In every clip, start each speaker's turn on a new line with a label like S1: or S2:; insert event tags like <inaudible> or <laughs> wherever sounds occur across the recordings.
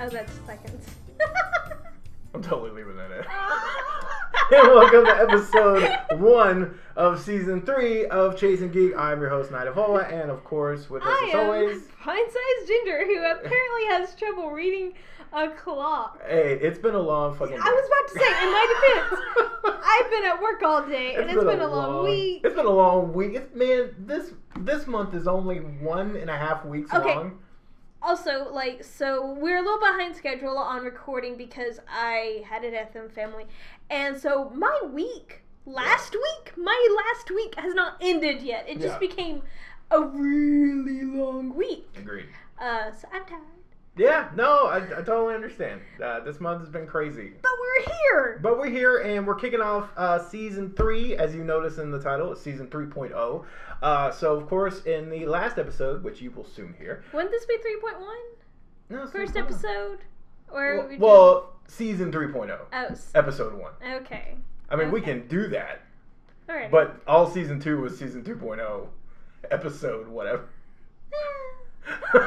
S1: Oh, that's seconds.
S2: I'm totally leaving that in.
S3: <laughs> and welcome to
S1: <laughs>
S3: episode one of season three of Chasing Geek. I'm your host, Knight of Hola, and of course, with us
S1: I
S3: as
S1: am
S3: always,
S1: fine-sized Ginger, who apparently has trouble reading a clock.
S3: hey, it's been a long
S1: I
S3: fucking.
S1: was about to say, in my defense, I've been at work all day, and it's been a long, week.
S3: It's been a long week. It's, man, this this month is only one and a half weeks
S1: Okay.
S3: long.
S1: Also, like, so we're a little behind schedule on recording because I had a death in the family, and so my week, last week, my last week has not ended yet. It just
S3: Yeah.
S1: became a really long week.
S2: Agreed.
S1: Uh, so I'm tired,
S3: Yeah, no, I, I totally understand. Uh, this month has been crazy.
S1: but we're here.
S3: But we're here and we're kicking off uh, season three, as you notice in the title, it's season 3.0. Uh, so, of course, in the last episode, which you will soon hear.
S1: Wouldn't this be 3.1?
S3: No, it's
S1: First
S3: 3.0.
S1: episode? Or
S3: Well,
S1: we do-
S3: well, uh, season 3.0,
S1: Oh, s-
S3: episode one.
S1: okay.
S3: I mean, we
S1: Okay.
S3: can do that,
S1: All right.
S3: but all season two was season 2.0, episode whatever. <laughs>
S1: Ah.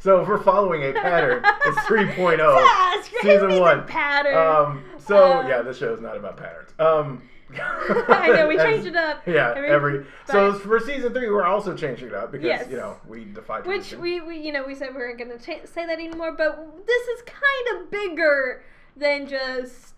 S3: so, if we're following a pattern,
S1: <laughs>
S3: it's 3.0.
S1: Ah, it's
S3: Season
S1: giving
S3: one.
S1: The pattern.
S3: Um, so
S1: Um,
S3: yeah, this show is not about patterns. Um,
S1: <laughs>
S3: <laughs>
S1: I know we changed it up.
S3: Yeah,
S1: every-
S3: every, so for season three, we're also changing it up because
S1: Yes.
S3: you know we defy
S1: Which
S3: tradition.
S1: we, we, you know, we said we weren't going to cha- say that anymore, but this is kind of bigger than just.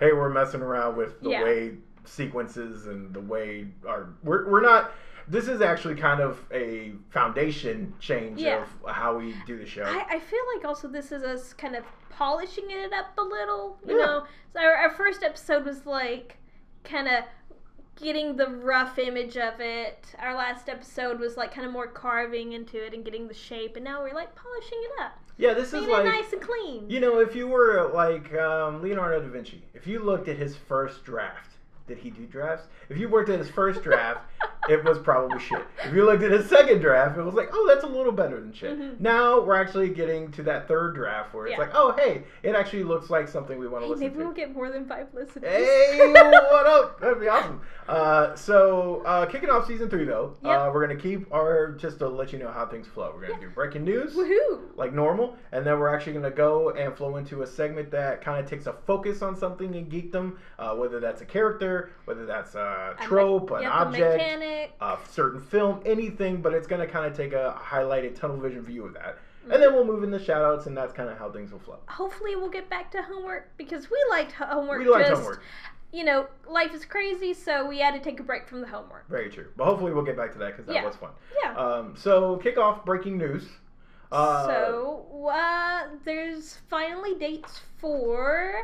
S3: hey, we're messing around with the
S1: Yeah.
S3: way sequences and the way our we're we're not. This is actually kind of a foundation change
S1: Yeah.
S3: of how we do the show.
S1: I, I feel like also this is us kind of polishing it up a little, you
S3: Yeah.
S1: know. So our, our first episode was like kind of getting the rough image of it. Our last episode was like kind of more carving into it and getting the shape, and now we're like polishing it up,
S3: yeah, this is
S1: making
S3: like
S1: it nice and clean.
S3: you know if you were like um, Leonardo da Vinci, if you looked at his first draft, did he do drafts? If you worked at his first
S1: <laughs>
S3: draft. it was probably shit. If you looked at his second draft, it was like, oh, that's a little better than shit.
S1: Mhm.
S3: Now we're actually getting to that third draft where it's
S1: Yeah.
S3: like, oh, hey, it actually looks like something we want
S1: Hey,
S3: to listen
S1: maybe we'll
S3: to.
S1: get more than five listeners.
S3: Hey, <laughs> what up? That'd be awesome. Uh, so, uh, kicking off season three, though, uh,
S1: Yep.
S3: we're going to keep our, just to let you know how things flow, we're going to do breaking
S1: <laughs>
S3: news
S1: Woohoo!
S3: like normal, and then we're actually going to go and flow into a segment that kind of takes a focus on something in geekdom, uh, whether that's a character, whether that's a
S1: A me-
S3: trope, an
S1: yep,
S3: object,
S1: a mechanic.
S3: a certain film, anything, but it's going to kind of take a highlighted tunnel vision view of that.
S1: Mm.
S3: And then we'll move into shout outs, and that's kind of how things will flow.
S1: Hopefully, we'll get back to homework because we liked ho- homework.
S3: We like
S1: just,
S3: homework.
S1: You know, life is crazy, so we had to take a break from the homework.
S3: Very true. But hopefully we'll get back to that because that
S1: Yeah.
S3: was fun.
S1: Yeah.
S3: Um, so, kick off breaking news. Uh,
S1: so uh, there's finally dates for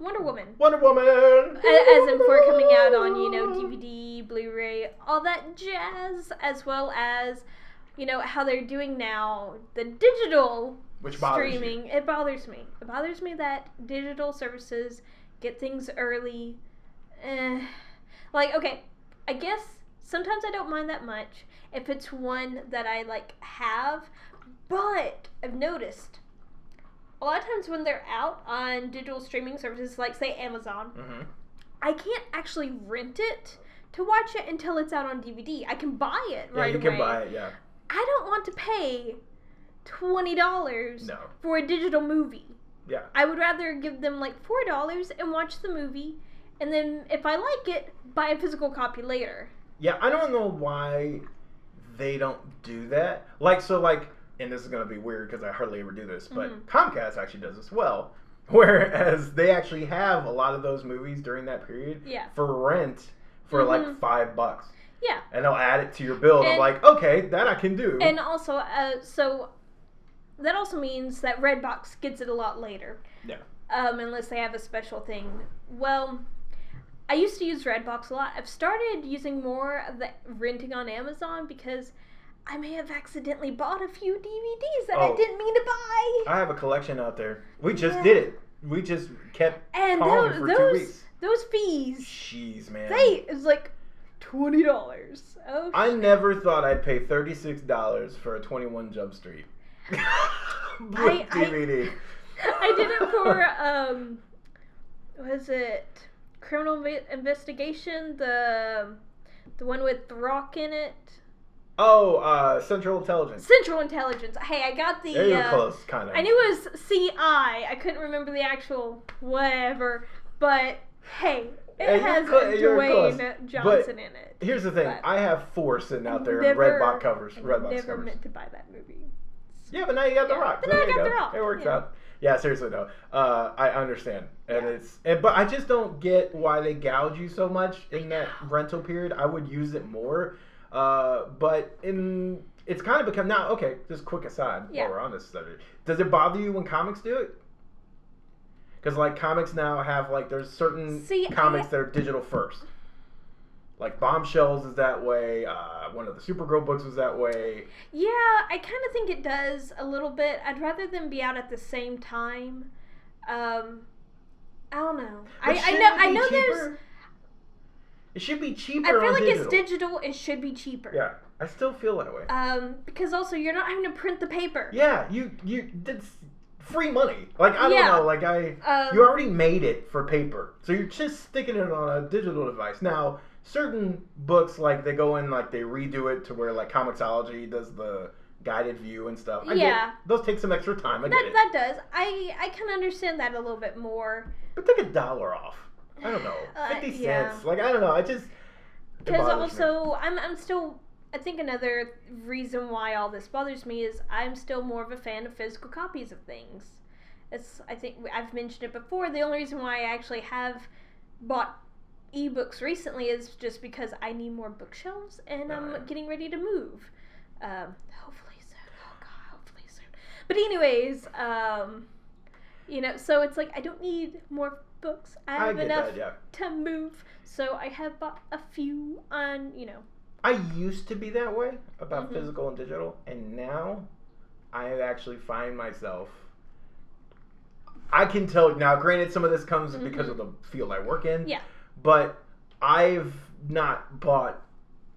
S1: Wonder Woman,
S3: Wonder Woman!
S1: A- as in for coming out on you know DVD, Blu-ray, all that jazz, as well as you know how they're doing now the digital
S3: Which bothers you.
S1: streaming. It bothers me. It bothers me that digital services get things early. Eh. Like okay, I guess sometimes I don't mind that much if it's one that I like have, but I've noticed a lot of times when they're out on digital streaming services like say Amazon,
S3: Mhm.
S1: I can't actually rent it to watch it until it's out on DVD. I can buy it
S3: Yeah,
S1: right
S3: you
S1: away.
S3: can buy it, yeah.
S1: I don't want to pay twenty dollars
S3: No.
S1: for a digital movie.
S3: Yeah.
S1: I would rather give them like four dollars and watch the movie, and then if I like it, buy a physical copy later.
S3: Yeah, I don't know why they don't do that. Like, so, like, and this is going to be weird because I hardly ever do this, but
S1: Mhm.
S3: Comcast actually does this well. <laughs> Whereas they actually have a lot of those movies during that period
S1: Yeah.
S3: for rent for
S1: Mhm.
S3: like five bucks.
S1: Yeah.
S3: And they'll add it to your bill. And, I'm
S1: And-
S3: like, okay, that I can do.
S1: And also, uh, so that also means that Redbox gets it a lot later.
S3: Yeah.
S1: Um, unless they have a special thing. Well, I used to use Redbox a lot. I've started using more of the renting on Amazon because I may have accidentally bought a few DVDs that I
S3: Oh.
S1: didn't mean to buy.
S3: I have a collection out there. We just
S1: Yeah.
S3: did it. We just kept
S1: And
S3: calling
S1: tho-
S3: for two
S1: those
S3: weeks.
S1: those fees,
S3: Jeez, man.
S1: they is like twenty dollars. Oh,
S3: I never thought I'd pay thirty six dollars for a twenty one Jump Street <laughs>
S1: I-
S3: DVD.
S1: <laughs> I did it
S3: <laughs>
S1: for um, was it Criminal Vi- Investigation the the one with The Rock in it?
S3: Oh, uh, Central Intelligence.
S1: Central Intelligence. Hey, I got the.
S3: There you were
S1: uh,
S3: close, kind of.
S1: I knew it was CI. I couldn't remember the actual whatever, but hey, it
S3: Hey, you're
S1: has
S3: clo- you're
S1: Dwayne
S3: close,
S1: Johnson in it.
S3: Here's the thing.
S1: but-
S3: I have four sitting out there in
S1: Never-
S3: red box covers.
S1: I
S3: Red box
S1: never
S3: covers.
S1: meant to buy that movie.
S3: Yeah, but now you got the
S1: Yeah,
S3: rock.
S1: but
S3: so
S1: now I
S3: there you
S1: got
S3: go.
S1: The Rock,
S3: It works
S1: yeah.
S3: out. Yeah, seriously though, uh, I understand, and
S1: Yeah.
S3: it's and, but I just don't get why they gouge you so much in that rental period. I would use it more, uh, but in it's kind of become now. Okay, just quick aside
S1: Yeah.
S3: while we're on this subject, does it bother you when comics do it? Because like comics now have like there's certain
S1: See, I-
S3: comics that are digital first. Like Bombshells is that way. Uh, one of the Supergirl books was that way.
S1: Yeah, I kind of think it does a little bit. I'd rather them be out at the same time. Um, I don't know. I,
S3: But
S1: I
S3: shouldn't
S1: know.
S3: it
S1: I
S3: be
S1: know there's.
S3: cheaper? It should be cheaper.
S1: I feel
S3: on
S1: like
S3: digital.
S1: it's digital. It should be cheaper.
S3: Yeah, I still feel that way.
S1: Um, because also you're not having to print the paper.
S3: yeah, you you that's free money. Like I
S1: Yeah.
S3: don't know. Like I,
S1: Um,
S3: you already made it for paper, so you're just sticking it on a digital device. Now, certain books like they go in like they redo it to where like Comixology does the guided view and stuff. I get-
S1: Yeah.
S3: those take some extra time. I get
S1: that
S3: it,
S1: that does. I I can understand that a little bit more.
S3: but take a dollar off. I don't know,
S1: Uh,
S3: fifty
S1: yeah.
S3: cents. Like I don't know. I just it
S1: Because
S3: bothers me.
S1: also, I'm I'm still. I think another reason why all this bothers me is I'm still more of a fan of physical copies of things. It's I think I've mentioned it before. The only reason why I actually have bought ebooks recently is just because I need more bookshelves and I'm
S3: Oh, yeah.
S1: getting ready to move. Um, hopefully soon. Oh God, hopefully soon. But anyways, um, you know, so it's like I don't need more books. I
S3: I
S1: have
S3: get
S1: enough
S3: that. Yeah.
S1: to move. So I have bought a few on, you know.
S3: I used to be that way about
S1: Mhm.
S3: physical and digital, and now I actually find myself. I can tell now. Granted, some of this comes because of the field I work in.
S1: Mm-hmm. Yeah.
S3: But I've not bought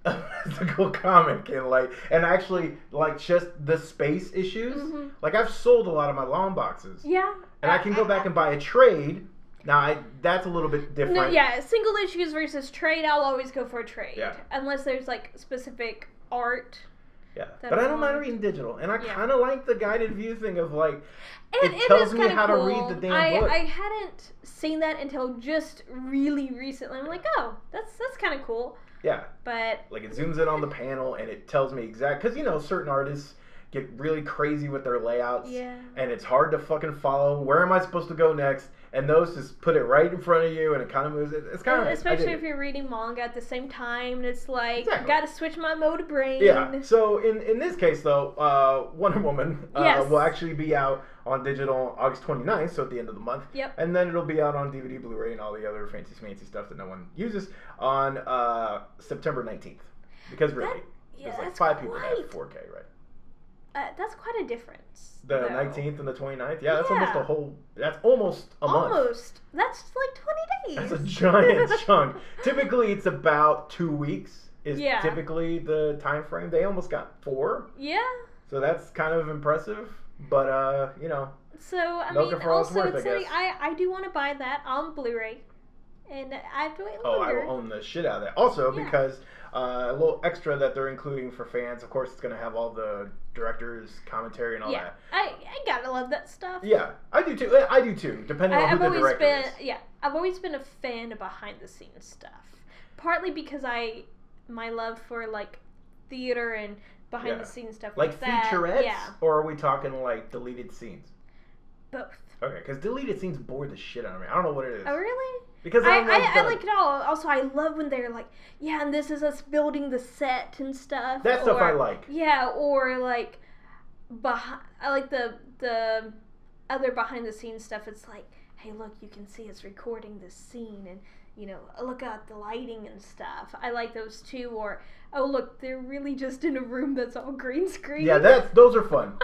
S3: a <laughs> physical comic and like, and actually like just the space issues.
S1: Mhm.
S3: Like I've sold a lot of my long boxes,
S1: Yeah.
S3: and I can go back and buy a trade. Now I, that's a little bit different.
S1: No, yeah, single issues versus trade. I'll always go for a trade,
S3: Yeah.
S1: unless there's like specific art.
S3: Yeah,
S1: That
S3: but I
S1: I
S3: don't mind
S1: want.
S3: reading digital, and I
S1: Yeah.
S3: kind of like the guided view thing of like
S1: And
S3: It
S1: it
S3: tells
S1: is
S3: me
S1: kinda
S3: how to
S1: cool.
S3: read the damn
S1: I,
S3: book.
S1: I hadn't seen that until just really recently. I'm like, oh, that's that's kind of cool.
S3: yeah,
S1: But
S3: like it zooms in on the panel and it tells me exact because you know certain artists get really crazy with their layouts,
S1: yeah,
S3: and it's hard to fucking follow. Where am I supposed to go next? And those just put it right in front of you, and it kind of moves. It, it's kind
S1: And
S3: of
S1: especially if you're reading manga at the same time, and it's like
S3: Exactly.
S1: got to switch my mode of brain.
S3: Yeah. So in in this case though, uh, <laughs> Wonder Woman uh,
S1: Yes.
S3: will actually be out on digital August 29th, so at the end of the month.
S1: Yep.
S3: And then it'll be out on DVD, Blu-ray, and all the other fancy fancy stuff that no one uses on uh, September 19th. Because really,
S1: yeah,
S3: there's like
S1: that's
S3: five people that
S1: quite
S3: have 4K, right?
S1: uh, that's quite a difference.
S3: The
S1: though.
S3: 19th and the 29th. Yeah, that's almost
S1: Yeah.
S3: a whole. That's almost a month.
S1: Almost. That's like 20 days.
S3: That's a giant
S1: <laughs>
S3: chunk. Typically, it's about two weeks. Is
S1: Yeah.
S3: typically the time frame. They almost got four.
S1: Yeah.
S3: So that's kind of impressive, but uh, you know,
S1: So, I
S3: Milk it
S1: mean,
S3: for all it's
S1: also,
S3: worth,
S1: it's
S3: I
S1: like,
S3: guess.
S1: I, I do want to buy that on Blu ray. And I have to wait
S3: oh, I
S1: longer.
S3: will own the shit out of that. Also,
S1: Yeah.
S3: because uh, a little extra that they're including for fans, of course, it's gonna have all the directors' commentary and all
S1: yeah.
S3: that.
S1: I, I gotta love that stuff.
S3: Yeah, I do too. I do too. Depending
S1: I,
S3: on
S1: I've
S3: who the
S1: always
S3: director
S1: been,
S3: is.
S1: yeah, I've always been a fan of behind the scenes stuff. Partly because I, my love for like theater and behind
S3: Yeah.
S1: the scenes stuff
S3: Like
S1: that.
S3: featurettes,
S1: Yeah.
S3: or are we talking like deleted scenes?
S1: Both.
S3: Okay, because deleted scenes bore the shit out of me. I don't know what it is.
S1: Oh, really?
S3: Because
S1: I,
S3: I'm
S1: I, I
S3: done.
S1: like it all. Also, I love when they're like, yeah, and this is us building the set and stuff.
S3: that stuff. I
S1: or-
S3: like.
S1: Yeah, or like, behind, I like the the other behind the scenes stuff. It's like, hey, look, you can see us recording this scene, and you know, look at the lighting and stuff. I like those too. Or oh, look, they're really just in a room that's all green screen.
S3: Yeah, that's those are
S1: <laughs>
S3: fun.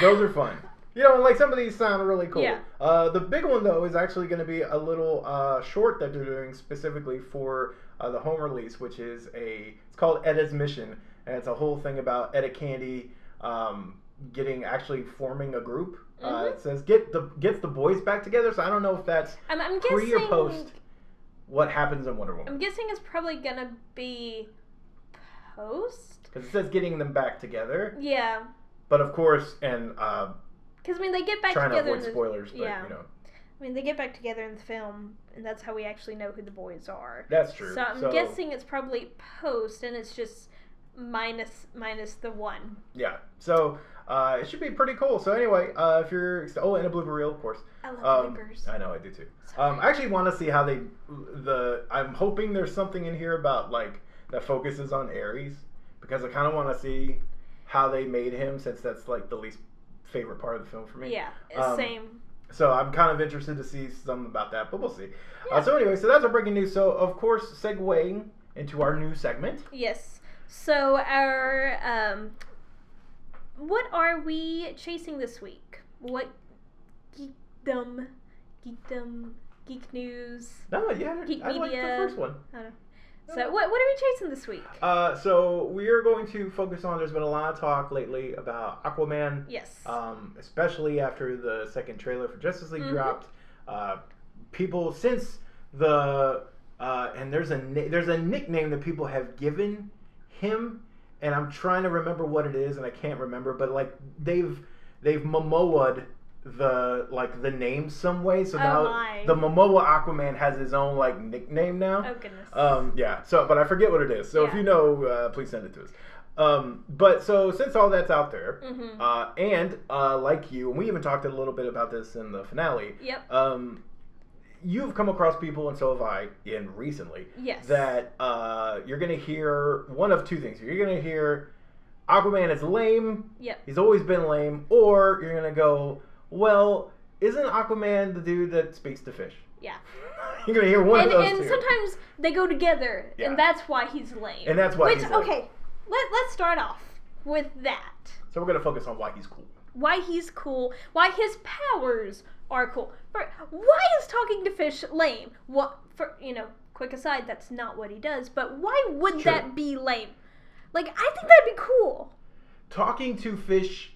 S3: Those are fun. You know, and like some of these sound really cool.
S1: Yeah.
S3: Uh, the big one though is actually going to be a little uh, short that they're doing specifically for uh, the home release, which is a it's called Edda's Mission, and it's a whole thing about Edda Candy um, getting actually forming a group. Uh,
S1: Mhm.
S3: it says get the gets the boys back together. So I don't know if that's
S1: I'm, I'm guessing.
S3: pre or post what happens in Wonder Woman.
S1: I'm guessing it's probably gonna be post?
S3: Because it says getting them back together,
S1: Yeah,
S3: but of course, and uh,
S1: because I mean they get back
S3: trying to
S1: together.
S3: avoid
S1: in the,
S3: spoilers, but
S1: yeah.
S3: you know
S1: I mean they get back together in the film, and that's how we actually know who the boys are.
S3: that's true.
S1: So I'm guessing it's probably post, and it's just minus minus the one.
S3: Yeah, so uh, it should be pretty cool. So anyway, uh, if you're oh, and a blooper reel, of course.
S1: I love
S3: Um,
S1: bloopers.
S3: I know I do too.
S1: So
S3: Um, I actually want to see how they the. I'm hoping there's something in here about like that focuses on Aries because I kind of want to see how they made him since that's like the least favorite part of the film for me.
S1: yeah,
S3: um,
S1: same.
S3: So I'm kind of interested to see something about that, but we'll see.
S1: Yeah.
S3: Uh, so anyway, so that's our breaking news. So of course, segueing into our new segment.
S1: Yes. So our um, what are we chasing this week? What geekdom, geekdom, geek news?
S3: No, yeah, I-
S1: Geek
S3: I like the
S1: media.
S3: first one.
S1: So what what are we chasing this week?
S3: Uh, so we are going to focus on. There's been a lot of talk lately about Aquaman.
S1: yes.
S3: um, especially after the second trailer for Justice League
S1: Mhm.
S3: dropped. Uh, people since the uh, and there's a ni- there's a nickname that people have given him, and I'm trying to remember what it is, and I can't remember. But like they've they've Momoa'd the like the name some way, so
S1: Oh
S3: now
S1: my.
S3: the Momoa Aquaman has his own like nickname now.
S1: oh goodness.
S3: Um, yeah. So, but I forget what it is. So if
S1: Yeah.
S3: you know, uh, please send it to us. Um, but so since all that's out there,
S1: hmm
S3: uh, and uh, like you, and we even talked a little bit about this in the finale.
S1: Yep.
S3: Um, you've come across people, and so have I, in recently,
S1: Yes.
S3: that uh, you're going to hear one of two things. You're going to hear Aquaman is lame.
S1: Yep.
S3: He's always been lame, or you're going to go, well, isn't Aquaman the dude that speaks to fish? <laughs>
S1: Yeah.
S3: You're going to hear one
S1: and
S3: of those
S1: and
S3: two.
S1: sometimes they go together,
S3: Yeah.
S1: and that's why he's lame.
S3: And that's why
S1: Which
S3: he's lame.
S1: okay, let let's start off with that.
S3: so we're going to focus on why he's cool.
S1: why he's cool, why his powers are cool. For, why is talking to fish lame? What for you know, quick aside, that's not what he does, but why would
S3: Sure.
S1: that be lame? Like I think that'd be cool.
S3: talking to fish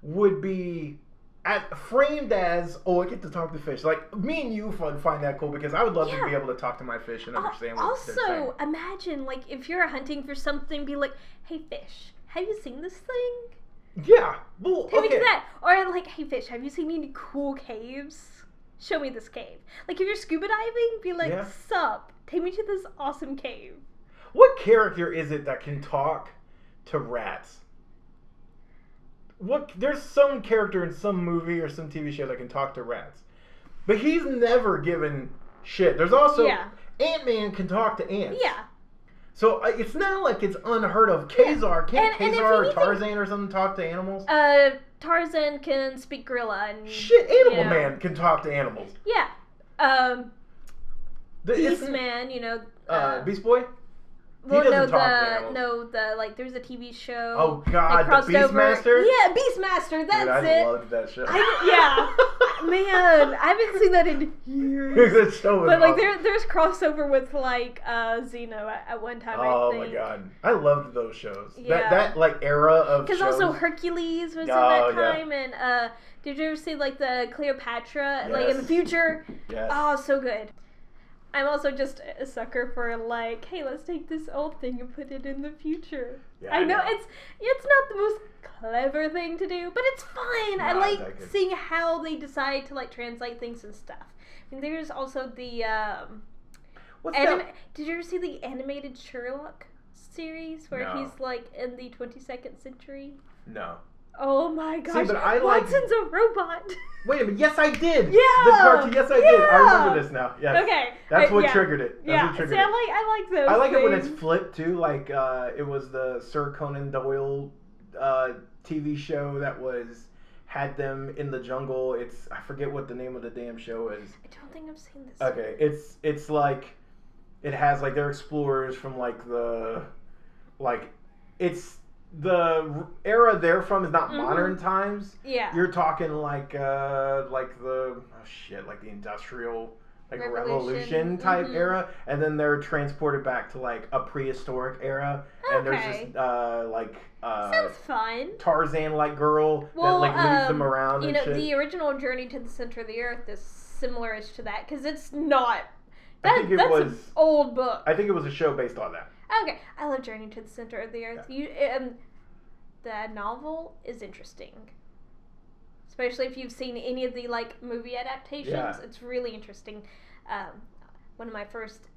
S3: would be at, framed as oh I get to talk to fish. Like me and you find, find that cool because I would love
S1: Yeah.
S3: to be able to talk to my fish and
S1: Al-
S3: understand what they're saying.
S1: Also, imagine like if you're hunting for something, be like, "Hey fish, have you seen this thing?
S3: Yeah. Well,
S1: Take me
S3: okay.
S1: to that." Or like, "Hey fish, have you seen any cool caves? Show me this cave." Like if you're scuba diving, be like,
S3: Yeah.
S1: "Sup, take me to this awesome cave."
S3: What character is it that can talk to rats? What there's some character in some movie or some TV show that can talk to rats. But he's never given shit. There's also
S1: Yeah.
S3: Ant-Man can talk to ants.
S1: Yeah.
S3: So I- it's not like it's unheard of. Kazar can't
S1: And- and if
S3: Kazar or
S1: anything-
S3: Tarzan or something talk to animals?
S1: uh, Tarzan can speak gorilla and
S3: Shit, Animal
S1: Yeah.
S3: Man can talk to animals.
S1: yeah, um,
S3: The- it's-
S1: Beastman, you know.
S3: uh, Beast Boy.
S1: well, no,
S3: doesn't
S1: the
S3: talk to animals.
S1: no, the like. There's a TV show.
S3: Oh
S1: they
S3: God,
S1: crossed
S3: the
S1: over-
S3: Beastmaster.
S1: Yeah, Beastmaster. That's
S3: Dude, I
S1: it.
S3: loved that show.
S1: I-
S3: <laughs>
S1: yeah. Man, I haven't seen that in years.
S3: that show was
S1: But like,
S3: awesome.
S1: there, there's crossover with like uh, Xeno at, at one time. I
S3: Oh
S1: think.
S3: my God, I loved those shows.
S1: Yeah.
S3: That that like era of
S1: Because
S3: shows.
S1: also uh, Hercules was
S3: Oh,
S1: in that
S3: yeah.
S1: time, and uh, did you ever see like the Cleopatra, like in the
S3: Yes.
S1: future?
S3: yes.
S1: Oh, so good. I'm also just a sucker for like, hey, let's take this old thing and put it in the future.
S3: Yeah,
S1: I know it's it's not the most clever thing to do, but it's fun. I
S3: Nah,
S1: like
S3: exactly.
S1: seeing how they decide to like translate things and stuff. And there's also the um
S3: <laughs> What's
S1: anime.
S3: that?
S1: Did you ever see the animated Sherlock series where
S3: No.
S1: he's like in the 22nd century?
S3: No.
S1: Oh my gosh!
S3: but I like-
S1: Watson's a robot.
S3: Wait a minute. Yes, I did.
S1: Yeah.
S3: The cartoon. Yes, I did. I
S1: Yeah.
S3: remember this now.
S1: <laughs>
S3: Yes.
S1: okay,
S3: That's
S1: uh,
S3: what
S1: yeah.
S3: triggered it. That's
S1: yeah,
S3: what
S1: see, I
S3: triggered
S1: like
S3: it.
S1: I like those.
S3: I like it when
S1: things.
S3: it's flipped too. Like uh, it was the Sir Conan Doyle uh, TV show that was had them in the jungle. It's I forget what the name of the damn show is.
S1: I don't think I've seen this.
S3: Okay, it's it's like it has like they're explorers from like the like it's the era they're from is not
S1: Mhm.
S3: modern times.
S1: Yeah.
S3: You're talking like uh like the oh shit like the industrial like
S1: Revolution.
S3: revolution, type
S1: Mhm.
S3: era, and then they're transported back to like a prehistoric era, and there's
S1: Okay.
S3: this uh like uh
S1: Sounds fun.
S3: Tarzan like girl
S1: Well,
S3: that like leads
S1: um,
S3: them around
S1: You
S3: and
S1: know,
S3: shit.
S1: the original Journey to the Center of the Earth is similar-ish to that because it's not.
S3: I
S1: That,
S3: think it
S1: that's an
S3: was
S1: old book.
S3: I think it was a show based on that.
S1: Okay, I love Journey to the Center of the Earth. You, um, the novel is interesting, especially if you've seen any of the like movie adaptations.
S3: Yeah.
S1: It's really interesting. Um, one of my first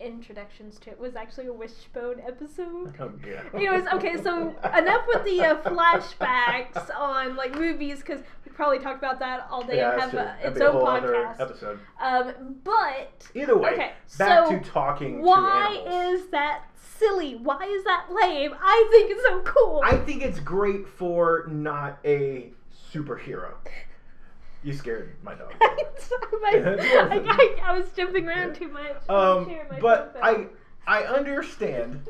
S1: introductions to it was actually a Wishbone episode.
S3: Oh, yeah.
S1: <laughs> Anyways, okay, so enough with the uh,
S3: <laughs>
S1: flashbacks on like movies because we probably talk about that all day
S3: Yeah,
S1: and
S3: that's
S1: have
S3: true.
S1: uh,
S3: That'd
S1: its
S3: be a
S1: own
S3: whole other
S1: podcast.
S3: episode.
S1: Um, but
S3: Either way,
S1: Okay,
S3: back
S1: so
S3: to talking to
S1: why
S3: animals.
S1: is that silly? Why is that lame? I think it's so cool. <laughs>
S3: I think it's great for not a superhero. You scared
S1: <laughs>
S3: my dog. <laughs>
S1: I, I, I was jumping around too much. I'm
S3: Um,
S1: sharing my
S3: but I
S1: phone.
S3: I understand.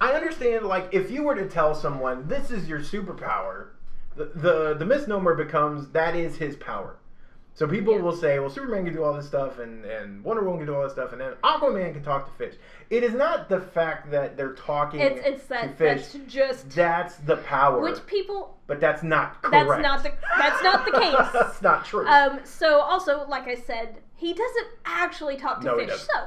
S3: I understand. Like, if you were to tell someone this is your superpower, the the, the misnomer becomes that is his power. So people
S1: Yeah.
S3: will say, "Well, Superman can do all this stuff, and and Wonder Woman can do all this stuff, and then Aquaman can talk to fish." It is not the fact that they're talking
S1: it's it's
S3: to
S1: that
S3: fish.
S1: that's just
S3: That's the power.
S1: which people.
S3: But that's not correct.
S1: That's not the that's not the case.
S3: <laughs> that's not true.
S1: Um, so also, like I said, he doesn't actually talk to
S3: No, he
S1: fish.
S3: doesn't.
S1: So,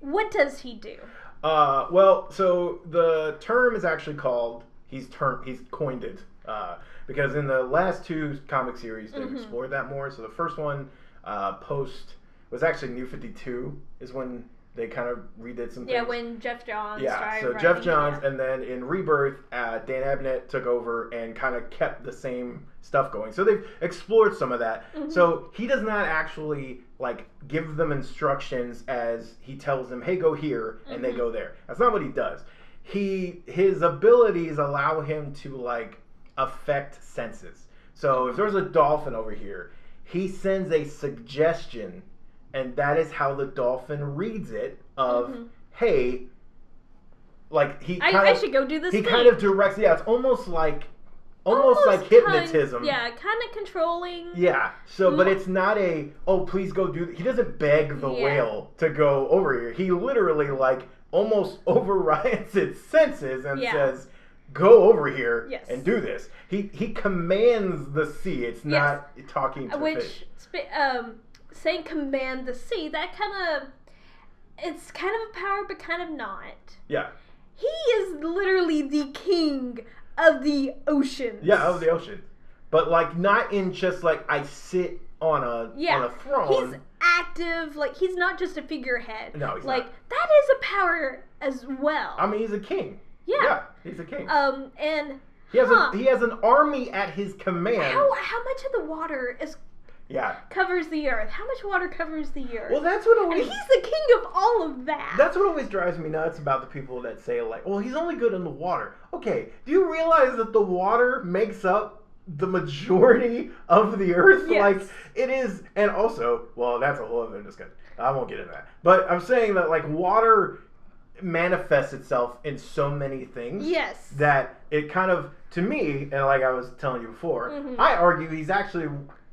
S1: what does he do?
S3: Uh, well, so the term is actually called he's term he's coined it uh, because in the last two comic series they've
S1: Mhm.
S3: explored that more. So the first one uh, post was actually New Fifty Two is when they kind of redid some
S1: Yeah,
S3: things.
S1: when Jeff Johns.
S3: yeah,
S1: started
S3: so
S1: writing,
S3: Jeff Johns,
S1: yeah.
S3: and then in Rebirth, uh, Dan Abnett took over and kind of kept the same stuff going. So they've explored some of that.
S1: Mhm.
S3: So he does not actually like give them instructions as he tells them, "Hey, go here," and they
S1: Mhm.
S3: go there. That's not what he does. He his abilities allow him to like affect senses. So if there's a dolphin over here, he sends a suggestion, and that is how the dolphin reads it. Of
S1: Mhm.
S3: hey, like he
S1: I,
S3: kind
S1: I
S3: of
S1: should go do this.
S3: he
S1: thing.
S3: kind of directs. Yeah, it's almost like almost, like
S1: kind-
S3: hypnotism.
S1: yeah, kind of controlling.
S3: Yeah. So, but
S1: Mm.
S3: it's not a oh please go do. th-" He doesn't beg the
S1: Yeah.
S3: whale to go over here. He literally like almost <laughs> overrides its senses and
S1: Yeah.
S3: says. Go over here
S1: Yes.
S3: and do this. He he commands the sea. It's not talking to
S1: which
S3: fish.
S1: sp- um, saying command the sea that kind of it's kind of a power but kind of not
S3: Yeah,
S1: he is literally the king of the oceans
S3: yeah, of the ocean, but like not in just like I sit on a
S1: Yeah.
S3: on a throne.
S1: he's active like he's not just a figurehead
S3: No, he's
S1: like
S3: not.
S1: that is a power as well
S3: I mean, he's a king.
S1: yeah.
S3: Yeah, he's a king.
S1: um and
S3: he has
S1: huh.
S3: a, he has an army at his command.
S1: how how much of the water is
S3: Yeah.
S1: covers the earth how much water covers the earth
S3: Well, that's what
S1: and
S3: always
S1: he's the king of all of that
S3: that's what always drives me nuts about the people that say like, "Well, he's only good in the water." Okay, do you realize that the water makes up the majority <laughs> of the earth?
S1: Yes.
S3: Like it is, and also, well, that's a whole other discussion. I won't get into that. But I'm saying that like water manifests itself in so many things.
S1: yes
S3: that it kind of to me and like i was telling you before
S1: Mhm.
S3: i argue he's actually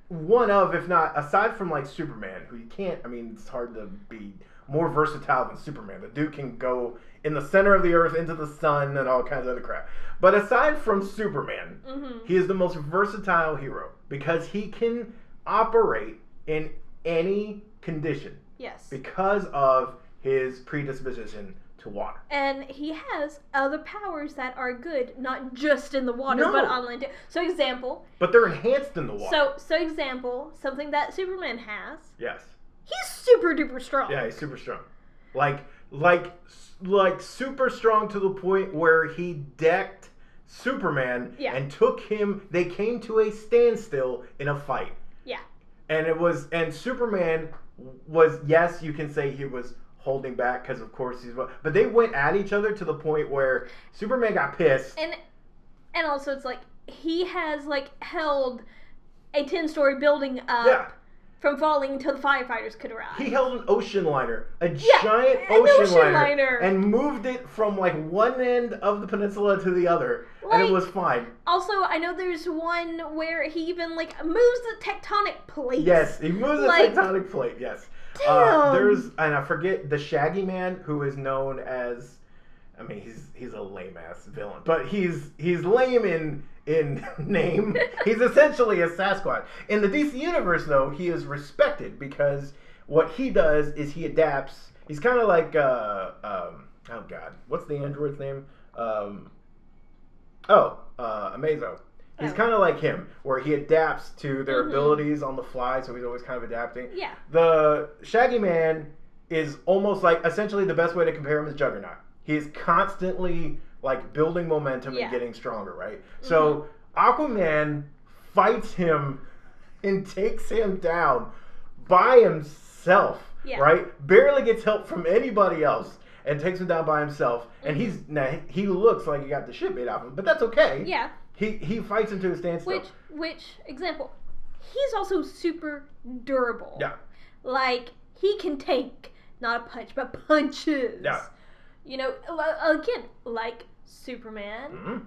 S3: one of if not aside from like superman who you can't i mean it's hard to be more versatile than superman the dude can go in the center of the earth into the sun and all kinds of other crap but aside from superman
S1: mm-hmm.
S3: he is the most versatile hero because he can operate in any condition
S1: yes
S3: because of his predisposition to water
S1: And he has other powers that are good, not just in the water,
S3: No.
S1: but on land. too. So example,
S3: but they're enhanced in the water
S1: so so example, something that Superman has.
S3: yes
S1: He's super duper strong.
S3: Yeah, he's super strong. Like, like, like super strong to the point where he decked Superman
S1: Yeah.
S3: and took him. They came to a standstill in a fight,
S1: Yeah.
S3: and it was and Superman was yes, you can say he was holding back because of course he's but they went at each other to the point where Superman got pissed.
S1: And and also it's like he has like held a ten story building up
S3: Yeah.
S1: from falling until the firefighters could arrive.
S3: He held an ocean liner, a giant
S1: an
S3: ocean,
S1: ocean
S3: liner,
S1: liner.
S3: and moved it from like one end of the peninsula to the other, and
S1: Like-
S3: it was fine.
S1: also, I know there's one where he even like moves the tectonic plates.
S3: Yes, he moves the
S1: Like-
S3: tectonic plate. Yes.
S1: Damn.
S3: Uh, there's and I forget the Shaggy Man who is known as, I mean he's he's a lame ass villain, but he's he's lame in in <laughs>
S1: <laughs>
S3: name. he's essentially a Sasquatch. In the DC universe though, he is respected because what he does is he adapts. He's kind of like uh, um, oh god, what's the android's name? Um, oh, uh, Amazo. He's
S1: Oh.
S3: kind of like him, where he adapts to their
S1: Mhm.
S3: abilities on the fly, so he's always kind of adapting.
S1: Yeah.
S3: The Shaggy Man is almost like essentially the best way to compare him is Juggernaut. He is constantly like building momentum
S1: Yeah. Mm-hmm.
S3: and getting stronger, right? So Aquaman fights him and takes him down by himself,
S1: Yeah.
S3: right? Barely gets help from anybody else and takes him down by himself. And
S1: Mm-hmm.
S3: he's now he looks like he got the shit beat out of him, but that's okay.
S1: Yeah.
S3: He he fights him to a standstill.
S1: Which which example? He's also super durable.
S3: Yeah.
S1: Like he can take not a punch but punches.
S3: Yeah.
S1: You know, li- again, like Superman.
S3: Mhm.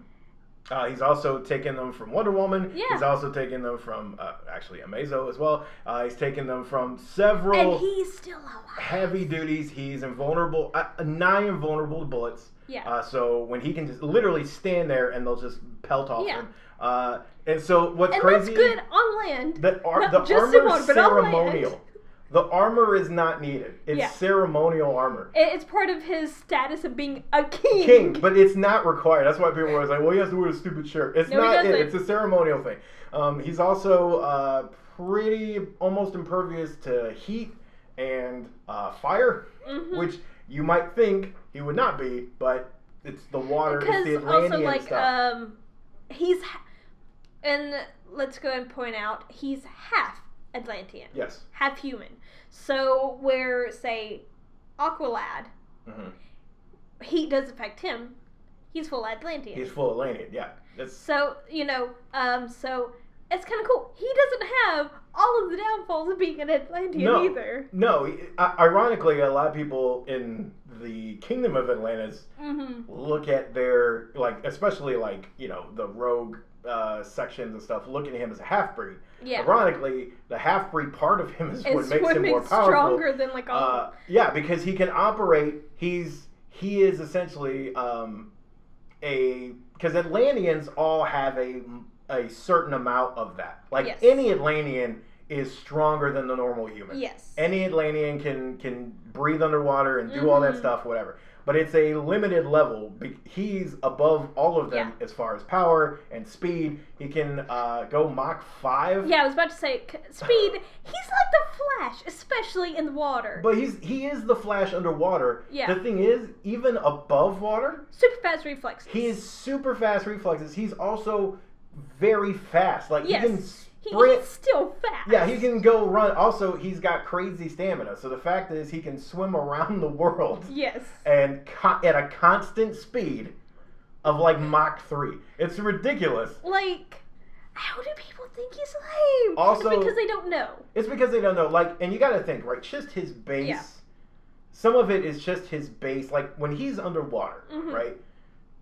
S3: Uh, he's also taking them from Wonder Woman.
S1: Yeah.
S3: He's also taking them from uh, actually Amazo as well. Uh, he's taking them from several
S1: And he's still alive.
S3: heavy duties. He's invulnerable, uh, nigh invulnerable to bullets.
S1: Yeah.
S3: Uh, so when he can just literally stand there and they'll just pelt off
S1: Yeah.
S3: him. Uh, and so what's
S1: and
S3: crazy?
S1: that's good on land.
S3: The, ar-
S1: Not
S3: the
S1: just in
S3: armor
S1: one,
S3: is
S1: but on land.
S3: ceremonial. The armor is not needed. It's
S1: Yeah.
S3: ceremonial armor.
S1: It- It's part of his status of being a king.
S3: king,
S1: <laughs>
S3: but it's not required. That's why people were always like, "Well, he has to wear a stupid shirt." It's
S1: No, he
S3: not it.
S1: doesn't.
S3: It's a ceremonial thing. Um, he's also uh, pretty almost impervious to heat and uh, fire,
S1: Mhm.
S3: which you might think he would not be, but it's the water, it's the
S1: because
S3: Atlantean
S1: also like
S3: stuff.
S1: um, he's ha- and let's go and point out he's half Atlantean,
S3: yes.
S1: half human. So where say Aqualad,
S3: Mhm.
S1: heat does affect him. He's full Atlantean.
S3: He's full Atlantean. Yeah. That's
S1: so you know, um, so it's kind of cool. He doesn't have all of the downfalls of being an Atlantean
S3: No.
S1: either.
S3: no. i- i- Ironically, a lot of people in the Kingdom of Atlantis
S1: Mm-hmm.
S3: look at their like especially like you know the rogue uh, sections and stuff look at him as a half breed
S1: Yeah.
S3: ironically the half breed part of him is
S1: It's
S3: what makes him more powerful
S1: stronger than like all.
S3: uh, yeah because he can operate he's he is essentially um, a because atlanteans all have a a certain amount of that like
S1: Yes.
S3: any atlantean is stronger than the normal human
S1: yes.
S3: any Atlantean can can breathe underwater and do all that
S1: Mhm.
S3: stuff, whatever. But it's a limited level. Be- He's above all of them as far as power and speed. He can uh, go Mach five.
S1: Yeah, I was about to say c- speed. He's like the Flash, especially in the water.
S3: But he's he is the Flash underwater.
S1: Yeah.
S3: The thing is, even above water,
S1: Super fast reflexes.
S3: he is super fast reflexes. He's also very fast. Like
S1: yes.
S3: he can
S1: He-
S3: sprint.
S1: he's still fast.
S3: yeah, he can go run. Also, he's got crazy stamina. So the fact is, he can swim around the world.
S1: Yes.
S3: and co- at a constant speed of like Mach 3. It's ridiculous.
S1: Like, how do people think he's lame?
S3: Also-
S1: it's because they don't know.
S3: It's because they don't know. Like, and you got to think, right? Just his base.
S1: Yeah.
S3: Some of it is just his base. Like, when he's underwater,
S1: Mhm.
S3: right?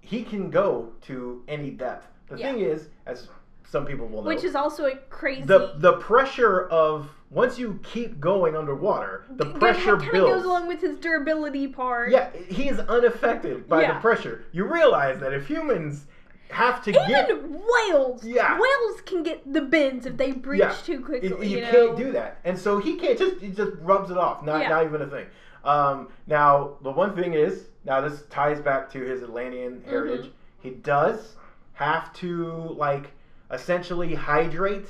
S3: He can go to any depth. The
S1: Yeah.
S3: thing is, as some people will know,
S1: Which is also a crazy.
S3: the, the pressure of once you keep going underwater, the pressure
S1: kind of
S3: builds.
S1: goes along with his durability part.
S3: yeah, he is unaffected by
S1: Yeah.
S3: the pressure. You realize that if humans have to get
S1: Even whales.
S3: Yeah.
S1: Whales can get the bends if they breach
S3: Yeah.
S1: too quickly.
S3: It- you,
S1: know?
S3: can't do that, and so he can't just he just rubs it off. Not
S1: Yeah.
S3: not even a thing. Um, now the one thing is now this ties back to his Atlantean
S1: Mm-hmm.
S3: heritage. He does have to like essentially hydrate,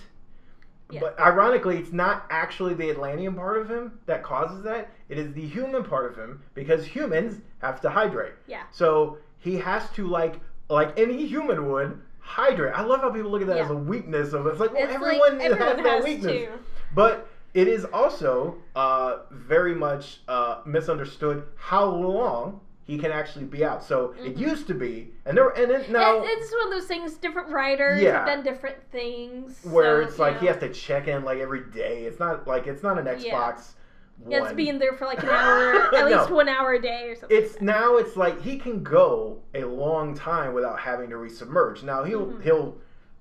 S1: Yeah.
S3: but ironically, it's not actually the Atlantean part of him that causes that. It is the human part of him because humans have to hydrate.
S1: Yeah.
S3: So he has to like like any human would hydrate. I love how people look at that
S1: Yeah.
S3: as a weakness of it's like well
S1: It's
S3: everyone,
S1: like everyone
S3: has,
S1: has
S3: that weakness.
S1: to.
S3: But it is also uh, very much uh, misunderstood how long he can actually be out. So it used to be, and there and it, now
S1: Mm-hmm. It- it's one of those things. Different writers
S3: Yeah.
S1: have done different things.
S3: where
S1: so,
S3: it's
S1: you
S3: like
S1: know.
S3: he has to check in like every day. It's not like it's not an Xbox. One.
S1: Yeah, it's being there for like an
S3: <laughs>
S1: hour, at
S3: No.
S1: least one hour a day or something.
S3: it's now it's like he can go a long time without having to resubmerge. Now he'll
S1: Mm-hmm.
S3: he'll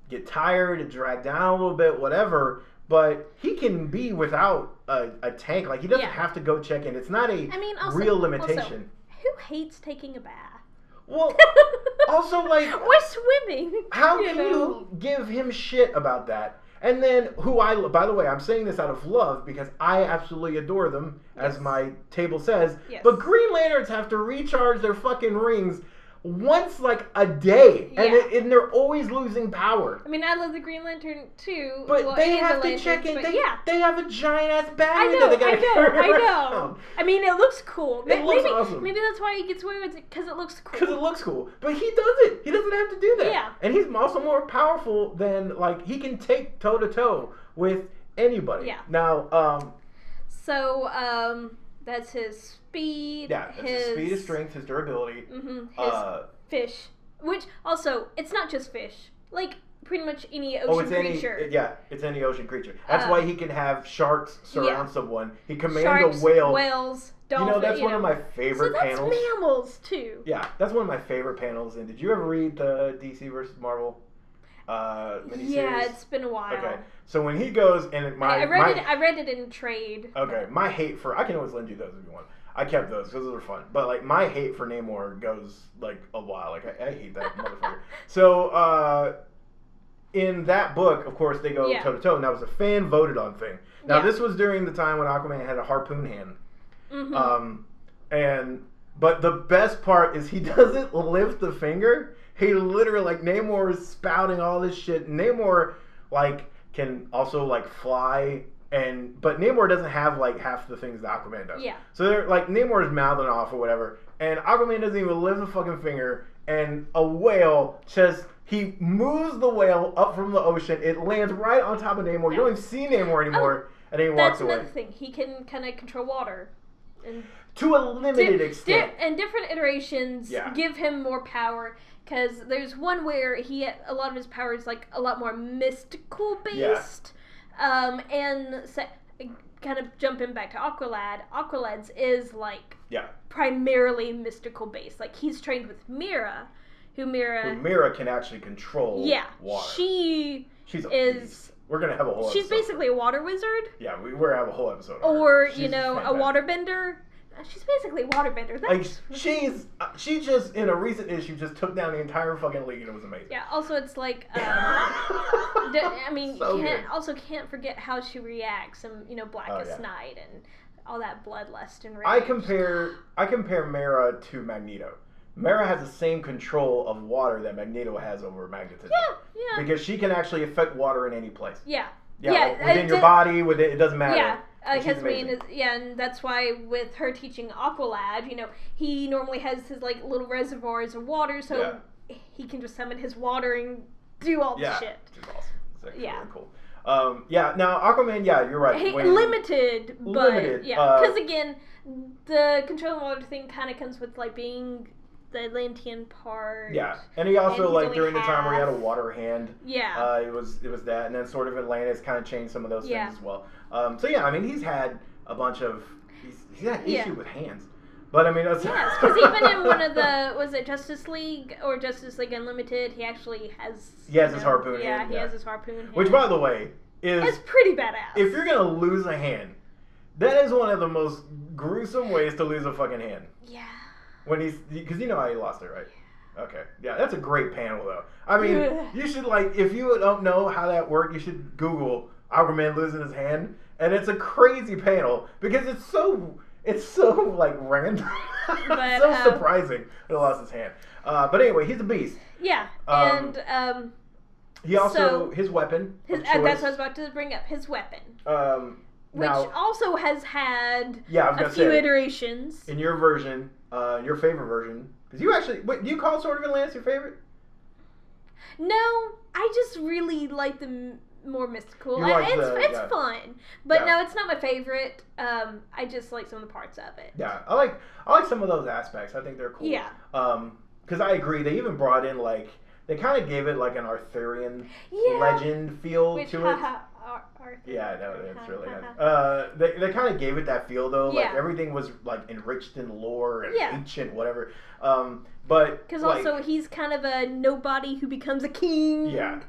S3: get tired and drag down a little bit, whatever. But he can be without a, a tank. Like he doesn't
S1: Yeah.
S3: have to go check in. It's not a
S1: I mean, also,
S3: real
S1: also,
S3: limitation.
S1: who hates taking a bath?
S3: Well, also like
S1: <laughs> We're swimming.
S3: how
S1: you
S3: can
S1: know?
S3: you give him shit about that? And then who I by the way, I'm saying this out of love because I absolutely adore them, as
S1: Yes.
S3: my table says.
S1: Yes.
S3: But Green Lanterns have to recharge their fucking rings once like a day, and
S1: Yeah.
S3: it, and they're always losing power.
S1: I mean, I love the Green Lantern too.
S3: But
S1: well,
S3: they
S1: and the
S3: have to
S1: Lanterns,
S3: check in.
S1: but
S3: They,
S1: yeah,
S3: they have a giant ass
S1: I
S3: battery
S1: know,
S3: that they
S1: I
S3: gotta <laughs>
S1: know,
S3: carry
S1: I know. I mean, it looks cool.
S3: It
S1: Ma-
S3: looks
S1: maybe,
S3: awesome.
S1: Maybe that's why he gets away with it because it looks cool.
S3: Because it looks cool, but he does it. He doesn't have to do that.
S1: Yeah.
S3: And he's also more powerful than like he can take toe to toe with anybody.
S1: Yeah.
S3: Now, um,
S1: so, um, that's his speed.
S3: yeah, that's his speed, his strength, his durability.
S1: hmm his
S3: Uh,
S1: fish, which also it's not just fish. Like pretty much any ocean
S3: oh, it's
S1: creature.
S3: any yeah, it's any ocean creature. That's
S1: Uh,
S3: why he can have sharks surround someone. He commands
S1: Sharks,
S3: a whale.
S1: whales,
S3: you
S1: dolphins.
S3: know, that's one of my
S1: so
S3: favorite
S1: that's
S3: panels.
S1: mammals too.
S3: Yeah, that's one of my favorite panels. And did you ever read the DC versus Marvel uh, miniseries?
S1: Yeah, it's been a while.
S3: okay. So when he goes and my
S1: I, I read
S3: my,
S1: it. I read it in trade.
S3: Okay, my hate for I can always lend you those if you want. I kept those because those are fun. But like my hate for Namor goes like a while. Like I, I hate that
S1: <laughs>
S3: motherfucker. So uh, in that book, of course, they go
S1: Yeah.
S3: toe to toe, and that was a fan voted on thing. Now
S1: Yeah.
S3: this was during the time when Aquaman had a harpoon hand.
S1: hmm
S3: Um, and but the best part is he <laughs> doesn't lift the finger. He literally like Namor is spouting all this shit. Namor like can also like fly and but Namor doesn't have like half the things that Aquaman does.
S1: yeah.
S3: So they're like Namor's mouthing off or whatever, and Aquaman doesn't even lift a fucking finger, and a whale just he moves the whale up from the ocean. It lands right on top of Namor. You don't even see Namor anymore, and then he walks
S1: Oh, That's
S3: away.
S1: another thing. He can kind of control water. And
S3: To a limited
S1: di-
S3: extent.
S1: di- and different iterations
S3: Yeah.
S1: give him more power because there's one where he a lot of his power is like a lot more mystical
S3: Yeah.
S1: based um and se- kind of jumping back to aqualad aqualad's is like
S3: Yeah.
S1: primarily mystical based like he's trained with mira who mira
S3: Mira can actually control
S1: yeah
S3: water.
S1: she
S3: she's a beast.
S1: is
S3: We're gonna have a whole.
S1: she's
S3: episode.
S1: basically a water wizard
S3: yeah. We, we're gonna have a whole episode. on her.
S1: or you
S3: She's
S1: know a
S3: fantastic.
S1: waterbender she's basically a waterbender
S3: Like
S1: that's
S3: she's uh, she just in a recent issue just took down the entire fucking league and it was amazing. <laughs>
S1: yeah also it's like um, D- I mean,
S3: So
S1: can't,
S3: good. Oh,
S1: also can't forget how she reacts, and you know, Blackest
S3: yeah.
S1: Night and all that bloodlust and rage.
S3: I compare I compare Mara to Magneto. Mara has the same control of water that Magneto has over magnetism.
S1: Yeah, yeah,
S3: Because she can actually affect water in any place.
S1: yeah,
S3: Yeah,
S1: Yeah,
S3: like within
S1: it
S3: your
S1: d-
S3: body, within it doesn't matter.
S1: yeah.
S3: And she's
S1: Because I mean,
S3: amazing.
S1: it's- yeah, and that's why with her teaching Aqualad, you know, he normally has his like little reservoirs of water, so he can just summon his water and do all
S3: Yeah.
S1: the shit.
S3: Which is awesome. It's actually
S1: Yeah.
S3: really cool. Um, yeah. Now Aquaman. Yeah, you're right.
S1: Hey,
S3: when-
S1: limited, but
S3: Limited,
S1: yeah,
S3: uh,
S1: because again, the controlling water thing kind of comes with like being the Atlantean part.
S3: Yeah, and he also
S1: And he's
S3: like
S1: only
S3: during the time where he had a
S1: half.
S3: water hand.
S1: yeah.
S3: Uh, it was it was that, and then sort of Atlantis kind of changed some of those
S1: Yeah.
S3: things as well. Um, so yeah, I mean he's had a bunch of he's, he's had
S1: Yeah.
S3: issue with hands, but I mean that's
S1: Yes, because even in one of the was it Justice League or Justice League Unlimited, he actually has
S3: He has
S1: you
S3: his
S1: know,
S3: harpoon
S1: Yeah,
S3: hand,
S1: he
S3: yeah.
S1: has his harpoon. Hand.
S3: <laughs> which by the way is
S1: it's pretty badass.
S3: if you're gonna lose a hand, that is one of the most gruesome ways to lose a fucking hand.
S1: yeah,
S3: When he's because you know how he lost it, right? Okay, yeah, that's a great panel though. I mean,
S1: <laughs> Yeah.
S3: you should like if you don't know how that worked, you should Google Aquaman losing his hand, and it's a crazy panel because it's so it's so like random, <laughs>
S1: But,
S3: it's so
S1: uh,
S3: surprising that he lost his hand. Uh, but anyway, he's a beast.
S1: yeah,
S3: Um,
S1: and um,
S3: He also
S1: So-
S3: his weapon.
S1: his,
S3: of
S1: uh, that's
S3: choice,
S1: what I was about to bring up. His weapon,
S3: um,
S1: which
S3: now,
S1: also has had
S3: yeah, I was
S1: a
S3: gonna
S1: few
S3: say
S1: iterations.
S3: in your version, uh, your favorite version, because you actually wait, do you call Sword of Atlantis your favorite?
S1: No, I just really like the m- more mystical.
S3: You
S1: I-
S3: like
S1: it's
S3: the-
S1: it's
S3: yeah.
S1: fun, but
S3: Yeah.
S1: no, it's not my favorite. Um, I just like some of the parts of it.
S3: Yeah, I like I like some of those aspects. I think they're cool.
S1: Yeah.
S3: Um, because I agree, they even brought in like they kind of gave it like an Arthurian
S1: Yeah.
S3: legend feel
S1: Which,
S3: to it.
S1: haha, Ar- Arthur.
S3: Yeah, no, it's really
S1: Ha,
S3: good.
S1: ha, ha.
S3: Uh, they they kind of gave it that feel though. Like
S1: Yeah.
S3: everything was like enriched in lore and
S1: Yeah.
S3: ancient, whatever. Um, but
S1: Because
S3: like,
S1: also he's kind of a nobody who becomes a king.
S3: yeah.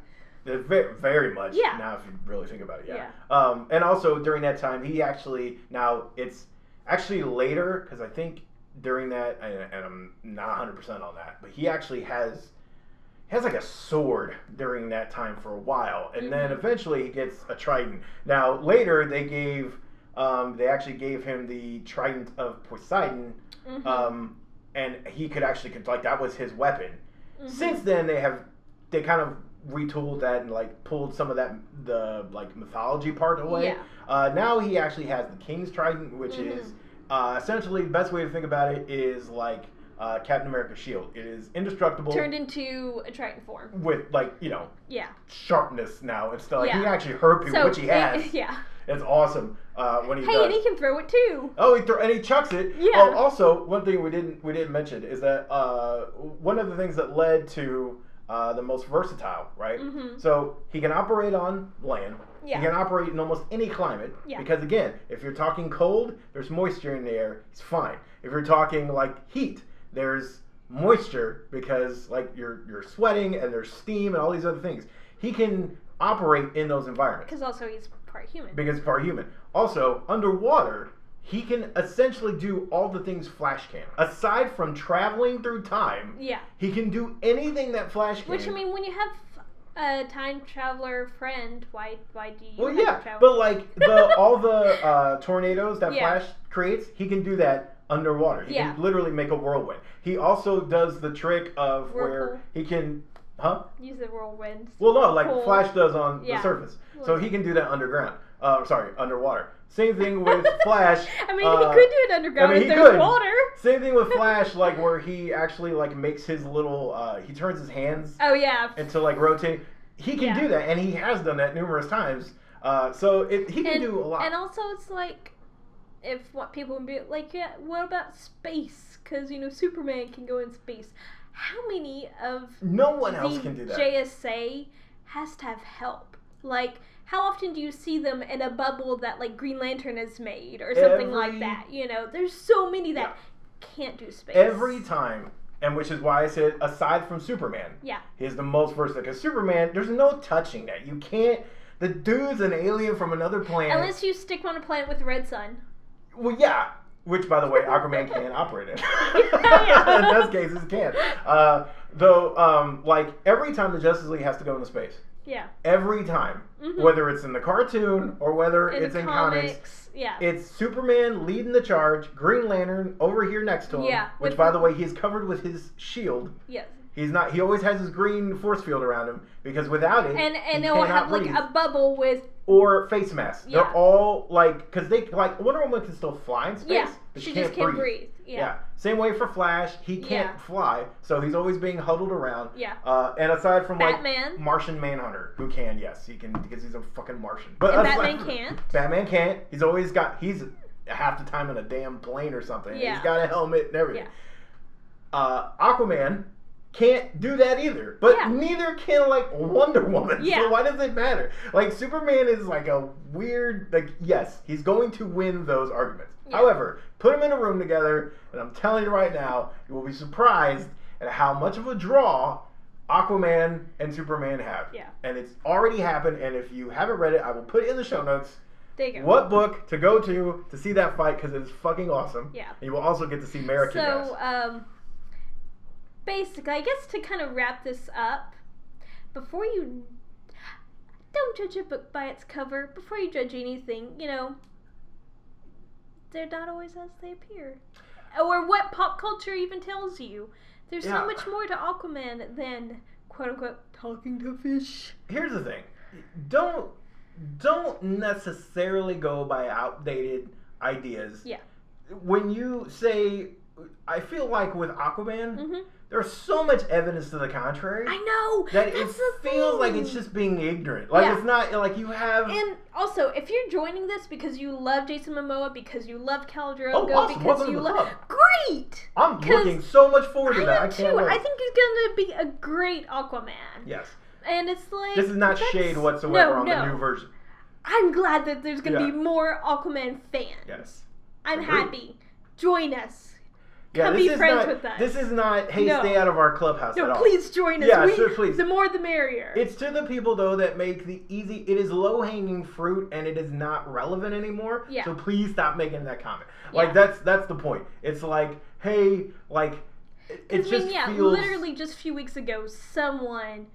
S3: they're Very, very much.
S1: Yeah.
S3: Now, if you really think about it, yeah. Um, and also during that time, he actually now it's actually later because I think during that, and, and I'm not 100 percent on that, but he actually has has like a sword during that time for a while, and then
S1: Mhm.
S3: eventually he gets a trident. Now later they gave, um, they actually gave him the trident of Poseidon,
S1: Mhm,
S3: um, and he could actually could- like that was his weapon.
S1: mhm.
S3: Since then they have they kind of retooled that and like pulled some of that the like mythology part away.
S1: Yeah. Mm-hmm.
S3: Uh, now he actually has the King's Trident, which is uh, essentially the best way to think about it is like uh, Captain America's shield. It is indestructible
S1: turned into a Triton form.
S3: with like you know
S1: Yeah.
S3: sharpness now and stuff. Like, He
S1: Yeah.
S3: actually hurt people, which he
S1: it- <laughs>
S3: has.
S1: yeah.
S3: It's awesome uh, when he
S1: hey,
S3: does.
S1: and he can throw it too.
S3: Oh, he throw, and he chucks it.
S1: Yeah.
S3: Oh, also, one thing we didn't we didn't mention is that uh, one of the things that led to uh, the most versatile, right?
S1: Mhm.
S3: So he can operate on land.
S1: Yeah.
S3: He can operate in almost any climate.
S1: Yeah.
S3: Because again, if you're talking cold, there's moisture in the air. He's fine. If you're talking like heat, there's moisture because like you're you're sweating and there's steam and all these other things. He can operate in those environments
S1: Because also he's part human.
S3: because of our human. Also, underwater, he can essentially do all the things Flash can. Aside from traveling through time,
S1: Yeah.
S3: he can do anything that Flash can.
S1: Which I mean, when you have a time traveler friend, why why do you?
S3: well,
S1: have to
S3: yeah,
S1: travel?
S3: but
S1: <laughs>
S3: like the all the uh, tornadoes that
S1: Yeah.
S3: Flash creates, he can do that underwater. He
S1: Yeah.
S3: can literally make a whirlwind. He also does the trick of where
S1: Whirlpool.
S3: he can, huh?
S1: use the whirlwind.
S3: Well, no, like
S1: Cool.
S3: Flash does on the
S1: Yeah.
S3: surface, so he can do that underground. Uh, sorry, underwater. Same thing
S1: <laughs>
S3: with Flash.
S1: I mean,
S3: uh,
S1: he could do it underground
S3: I mean,
S1: if
S3: he
S1: there's
S3: could.
S1: water.
S3: Same thing with Flash, like where he actually like makes his little uh he turns his hands
S1: Oh yeah.
S3: into like rotate. He can
S1: Yeah.
S3: do that, and he has done that numerous times. Uh, so it, he can
S1: and,
S3: do a lot.
S1: and also, it's like if what people would be like, yeah, what about space? Because you know, Superman can go in space. How many of
S3: no one else
S1: the
S3: can do that.
S1: JSA has to have help. Like, how often do you see them in a bubble that like Green Lantern has made or something
S3: Every-
S1: like that? You know, there's so many that can't do space.
S3: Every time, and which is why I said aside from Superman,
S1: Yeah.
S3: he is the most versatile. Because Superman, there's no touching that. You can't. The dude's an alien from another planet.
S1: Unless you stick him on a planet with red sun.
S3: Well, yeah. Which, by the way, Aquaman can operate
S1: <laughs>
S3: it.
S1: Yeah.
S3: <laughs> In those cases, it can. Uh, though, um, like every time the Justice League has to go into space,
S1: Yeah.
S3: every time,
S1: Mhm.
S3: whether it's in the cartoon or whether
S1: In
S3: it's
S1: the
S3: in
S1: comics.
S3: comics,
S1: Yeah.
S3: it's Superman leading the charge, Green Lantern over here next to him.
S1: Yeah,
S3: Which,
S1: with-
S3: by the way, he's covered with his shield.
S1: yes.
S3: He's not. He always has his green force field around him because without it,
S1: And and
S3: he
S1: it'll
S3: cannot
S1: have like
S3: breathe
S1: a bubble with
S3: or face masks.
S1: Yeah.
S3: They're all like because they like Wonder Woman can still fly in space.
S1: yeah.
S3: but
S1: She, just can't breathe.
S3: Yeah.
S1: Yeah.
S3: Same way for Flash, he can't
S1: Yeah.
S3: fly, so he's always being huddled around.
S1: Yeah.
S3: Uh, and aside from like
S1: Batman.
S3: Martian Manhunter, who can, yes, he can because he's a fucking Martian. But
S1: And
S3: that's
S1: Batman
S3: like-
S1: can't.
S3: Batman can't. He's always got. He's half the time in a damn plane or something.
S1: Yeah.
S3: He's got a helmet and everything. Uh, Aquaman can't do that either. But
S1: Yeah.
S3: neither can like Wonder Woman. <laughs>
S1: Yeah.
S3: So why does it matter? Like Superman is like a weird. Like yes, he's going to win those arguments.
S1: Yeah.
S3: However, put them in a room together, and I'm telling you right now, you will be surprised at how much of a draw Aquaman and Superman have.
S1: Yeah.
S3: And it's already happened. And if you haven't read it, I will put it in the show notes.
S1: There you go.
S3: What book to go to to see that fight because it is fucking awesome.
S1: Yeah.
S3: And you will also get to see Mara Kick-Ass.
S1: So, um, basically, I guess to kind of wrap this up, before you don't judge a book by its cover, before you judge anything, you know, they're not always as they appear, or what pop culture even tells you. There's
S3: Yeah.
S1: so much more to Aquaman than quote unquote talking to fish.
S3: here's the thing don't don't necessarily go by outdated ideas
S1: Yeah.
S3: when you say i feel like with aquaman
S1: hmm
S3: there's so much evidence to the contrary
S1: I know
S3: that it
S1: that's the
S3: feels like
S1: thing.
S3: it's just being ignorant like
S1: Yeah.
S3: it's not like you have
S1: And also, if you're joining this because you love Jason Momoa, because you love Cal
S3: Oh,
S1: Drogo,
S3: awesome.
S1: because
S3: Welcome to
S1: you
S3: the
S1: love
S3: club.
S1: great,
S3: i'm
S1: 'cause
S3: looking so much forward to
S1: I
S3: that i
S1: am
S3: can't
S1: too.
S3: wait
S1: I think he's gonna be a great Aquaman,
S3: yes
S1: and it's like
S3: this is not
S1: that's-
S3: shade
S1: no,
S3: whatsoever on
S1: no.
S3: the new version
S1: I'm glad that there's gonna
S3: Yeah.
S1: be more Aquaman fans.
S3: yes
S1: I'm
S3: Agreed.
S1: happy. Join us.
S3: yeah,
S1: Come
S3: this
S1: be
S3: is
S1: friends
S3: not,
S1: with us.
S3: This is not, hey,
S1: No.
S3: stay out of our clubhouse at
S1: No,
S3: all.
S1: please join us.
S3: Yeah,
S1: we,
S3: sure, please.
S1: The more, the merrier.
S3: It's to the people though that make the easy. It is low hanging fruit and it is not relevant anymore.
S1: Yeah.
S3: So please stop making that comment.
S1: Yeah.
S3: Like that's that's the point. It's like hey like It, it
S1: Because I
S3: just
S1: mean, yeah,
S3: feels.
S1: literally just a few weeks ago, someone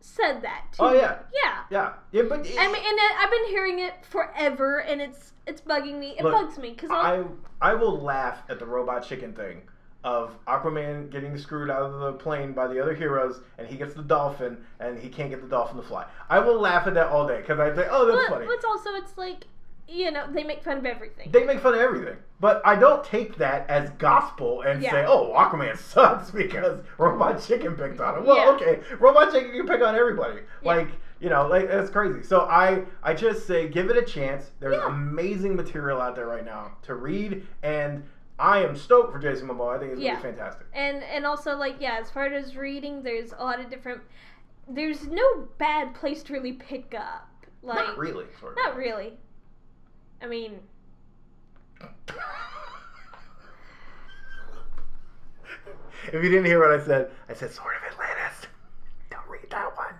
S1: said that. To
S3: Oh
S1: me.
S3: yeah,
S1: yeah.
S3: yeah, yeah. But it,
S1: I mean, and I- I've been hearing it forever, and it's it's bugging me. It
S3: Look,
S1: bugs me because
S3: I I will laugh at the robot chicken thing of Aquaman getting screwed out of the plane by the other heroes, and he gets the dolphin, and he can't get the dolphin to fly. I will laugh at that all day because I think, oh, that's funny.
S1: it's also it's like you know they make fun of everything.
S3: They make fun of everything, but I don't take that as gospel and
S1: Yeah.
S3: say, "Oh, Aquaman <laughs> sucks because Robot Chicken picked on him." Well,
S1: Yeah.
S3: okay, Robot Chicken can pick on everybody.
S1: Yeah.
S3: Like you know, like that's crazy. So I, I just say, give it a chance. There's
S1: Yeah.
S3: amazing material out there right now to read, and I am stoked for Jason Momoa. I think it's
S1: Yeah.
S3: gonna be fantastic.
S1: and and also like yeah, as far as reading, there's a lot of different. There's no bad place to really pick up. Like
S3: not really, sort of.
S1: Not really. I mean,
S3: If you didn't hear what I said, I said sort of Atlantis. Don't read that one.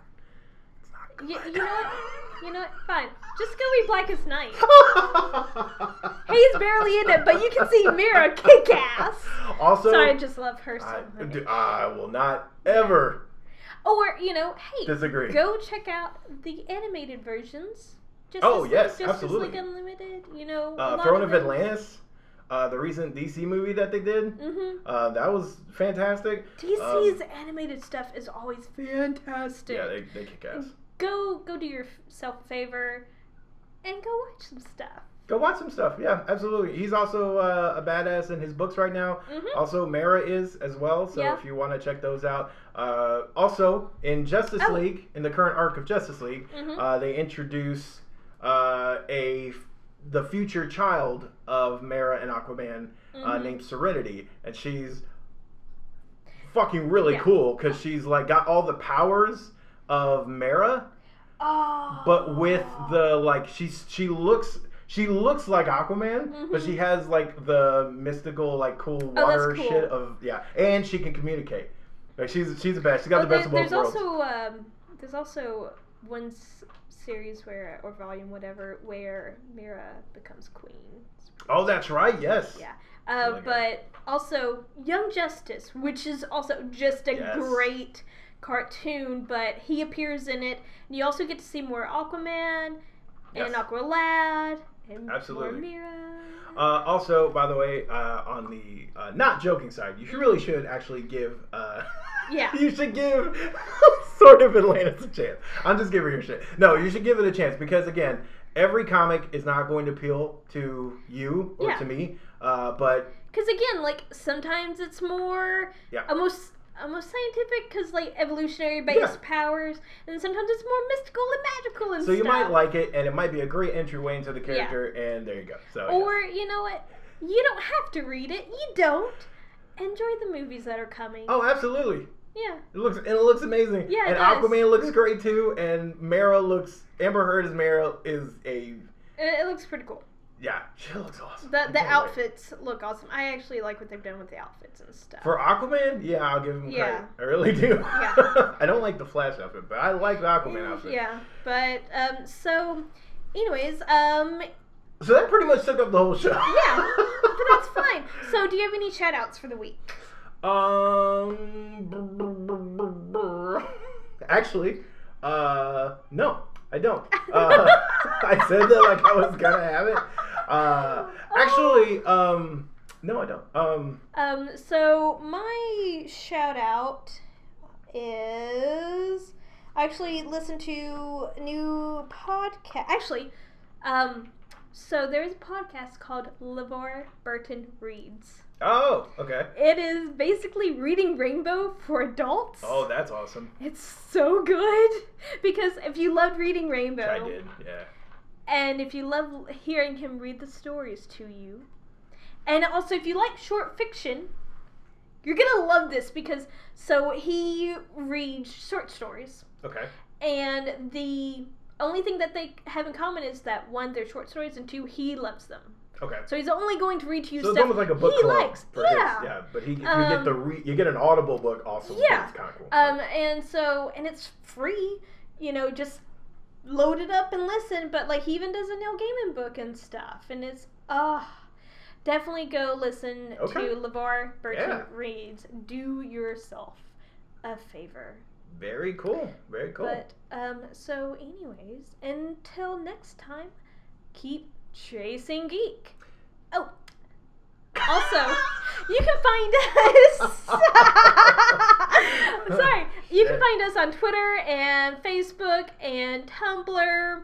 S3: It's not good.
S1: y- you know what? You know what? Fine.
S3: <laughs>
S1: Just go read Black as Night.
S3: He's
S1: He's barely in it, but you can see Mira kick ass.
S3: Also,
S1: Sorry, I just love her so
S3: I,
S1: much.
S3: d- I will not ever
S1: Or, you know, hey,
S3: disagree. Uh,
S1: go check out the animated versions. Just
S3: Oh,
S1: as,
S3: yes,
S1: just as,
S3: absolutely.
S1: like Unlimited, you know. a
S3: uh,
S1: lot
S3: Throne
S1: of
S3: of Atlantis, uh, the recent DC movie that they did,
S1: Mm-hmm.
S3: uh, that was fantastic.
S1: DC's animated stuff is always fantastic.
S3: Yeah, they, they kick ass.
S1: Go, go do yourself a favor, and go watch some stuff.
S3: Go watch some stuff. Yeah, absolutely. He's also uh, a badass in his books right now.
S1: Mm-hmm.
S3: Also, Mara is as well. So
S1: Yeah.
S3: if you want to check those out, uh, also in Justice
S1: Oh.
S3: League, in the current arc of Justice League,
S1: Mhm.
S3: uh, they introduce uh, a the future child of Mara and Aquaman uh,
S1: Mhm.
S3: named Serenity, and she's fucking really
S1: Yeah.
S3: cool because she's like got all the powers of Mara,
S1: Oh.
S3: but with the like she's she looks. She looks like Aquaman, but she has like the mystical, like cool
S1: Mm-hmm. Oh, that's
S3: water
S1: cool.
S3: shit of yeah, and she can communicate. Like she's she's the best. She got
S1: Oh,
S3: the best
S1: there-
S3: of both
S1: there's
S3: worlds.
S1: also um, there's also one s- series where or volume whatever where Mira becomes queen.
S3: oh, that's right. Yes.
S1: Yeah. Uh,
S3: Really good.
S1: but also Young Justice, which is also just a
S3: Yes.
S1: great cartoon, but he appears in it. And you also get to see more Aquaman
S3: Yes.
S1: and Aqualad and
S3: Absolutely.
S1: more Mira.
S3: Uh, also, by the way, uh, on the uh, not joking side, you should, really should actually give. Uh, <laughs>
S1: Yeah.
S3: you should give <laughs> sort of Atlantis a chance. I'm just giving her shit. No, you should give it a chance because again, every comic is not going to appeal to you or
S1: Yeah.
S3: to me. Uh, but
S1: Because again, like sometimes it's more
S3: Yeah.
S1: almost almost scientific because like evolutionary based powers, and sometimes it's more mystical and magical and
S3: so you might
S1: stuff.
S3: like it, and it might be a great entryway into the character. And there you go. So yeah.
S1: or you know what, you don't have to read it. You don't enjoy the movies that are coming.
S3: oh, absolutely.
S1: Yeah,
S3: It looks and it looks amazing.
S1: Yeah, it
S3: and
S1: does.
S3: Aquaman looks great too. And Mara looks Amber Heard as Mara is a
S1: it, it looks pretty cool.
S3: yeah. She looks awesome.
S1: The
S3: I
S1: the
S3: can't wait.
S1: outfits look awesome. I actually like what they've done with the outfits and stuff.
S3: for Aquaman. Yeah, I'll give him
S1: Yeah.
S3: credit. I really do.
S1: Yeah.
S3: <laughs>
S1: Mm,
S3: I don't like the Flash outfit, but I like the Aquaman outfit.
S1: yeah, but um, so, anyways, um,
S3: So that pretty much took up the whole show.
S1: yeah, but
S3: <laughs>
S1: that's fine. So, do you have any shout outs for the week?
S3: Um. brr, brr, brr, brr, brr. Actually, uh, no, I don't. Uh, <laughs> I said that like I was gonna have it. Uh, actually, um, no, I don't. Um,
S1: Um, so my shout out is I actually listened to a new podcast. Actually, um, so there is a podcast called LeVar Burton Reads.
S3: oh, okay.
S1: It is basically reading Rainbow for adults.
S3: Oh, that's awesome.
S1: It's so good because if you loved reading Rainbow,
S3: I did, yeah.
S1: and if you love hearing him read the stories to you, and also if you like short fiction, you're gonna love this because so he reads short stories,
S3: Okay.
S1: and the only thing that they have in common is that one, they're short stories, and two, he loves them.
S3: Okay.
S1: So he's only going to read to you
S3: So it's
S1: stuff
S3: almost like a book
S1: he
S3: club.
S1: likes.
S3: for
S1: yeah.
S3: His, yeah, but he, you get
S1: Um,
S3: the re, you get an audible book also. which
S1: yeah.
S3: is kind of cool.
S1: Um, and so, and it's free, you know, just load it up and listen. But like, he even does a Neil Gaiman book and stuff, and it's ah, Definitely go listen
S3: Okay.
S1: to LeVar Burton
S3: Yeah.
S1: Reads. Do yourself a favor.
S3: Very cool. Very cool.
S1: But um, so, anyways, until next time, keep chasing geek. Oh, also, you can find us. <laughs> I'm sorry, you can
S3: Shit.
S1: find us on Twitter and Facebook and Tumblr,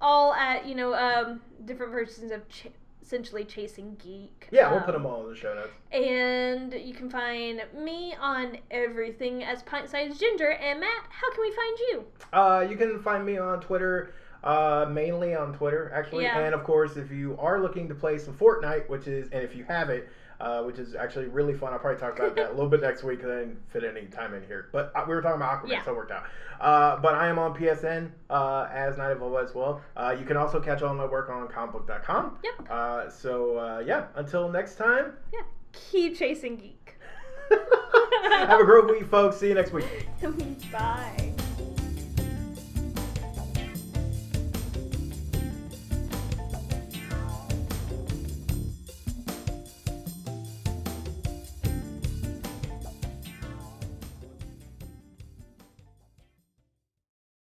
S1: all at you know um, different versions of ch- essentially chasing geek.
S3: <laughs> yeah, we'll put
S1: Um,
S3: them all in the show notes.
S1: and you can find me on everything as Pint Size Ginger. And Matt, how can we find you?
S3: Uh, you can find me on Twitter, uh, mainly on Twitter, actually.
S1: Yeah.
S3: And of course, if you are looking to play some Fortnite, which is, and if you have it, uh, which is actually really fun. I'll probably talk about that a little bit next week because I didn't fit any time in here. But uh, we were talking about Aquaman,
S1: Yeah.
S3: so it worked out. Uh, but I am on PSN uh, as Night of Ola as well. Uh, you can also catch all my work on comicbook.com.
S1: Yep.
S3: Uh, so uh, yeah, until next time, <laughs>
S1: Yeah, keep chasing geek. <laughs>
S3: have a great week, folks. See you next week.
S1: Bye.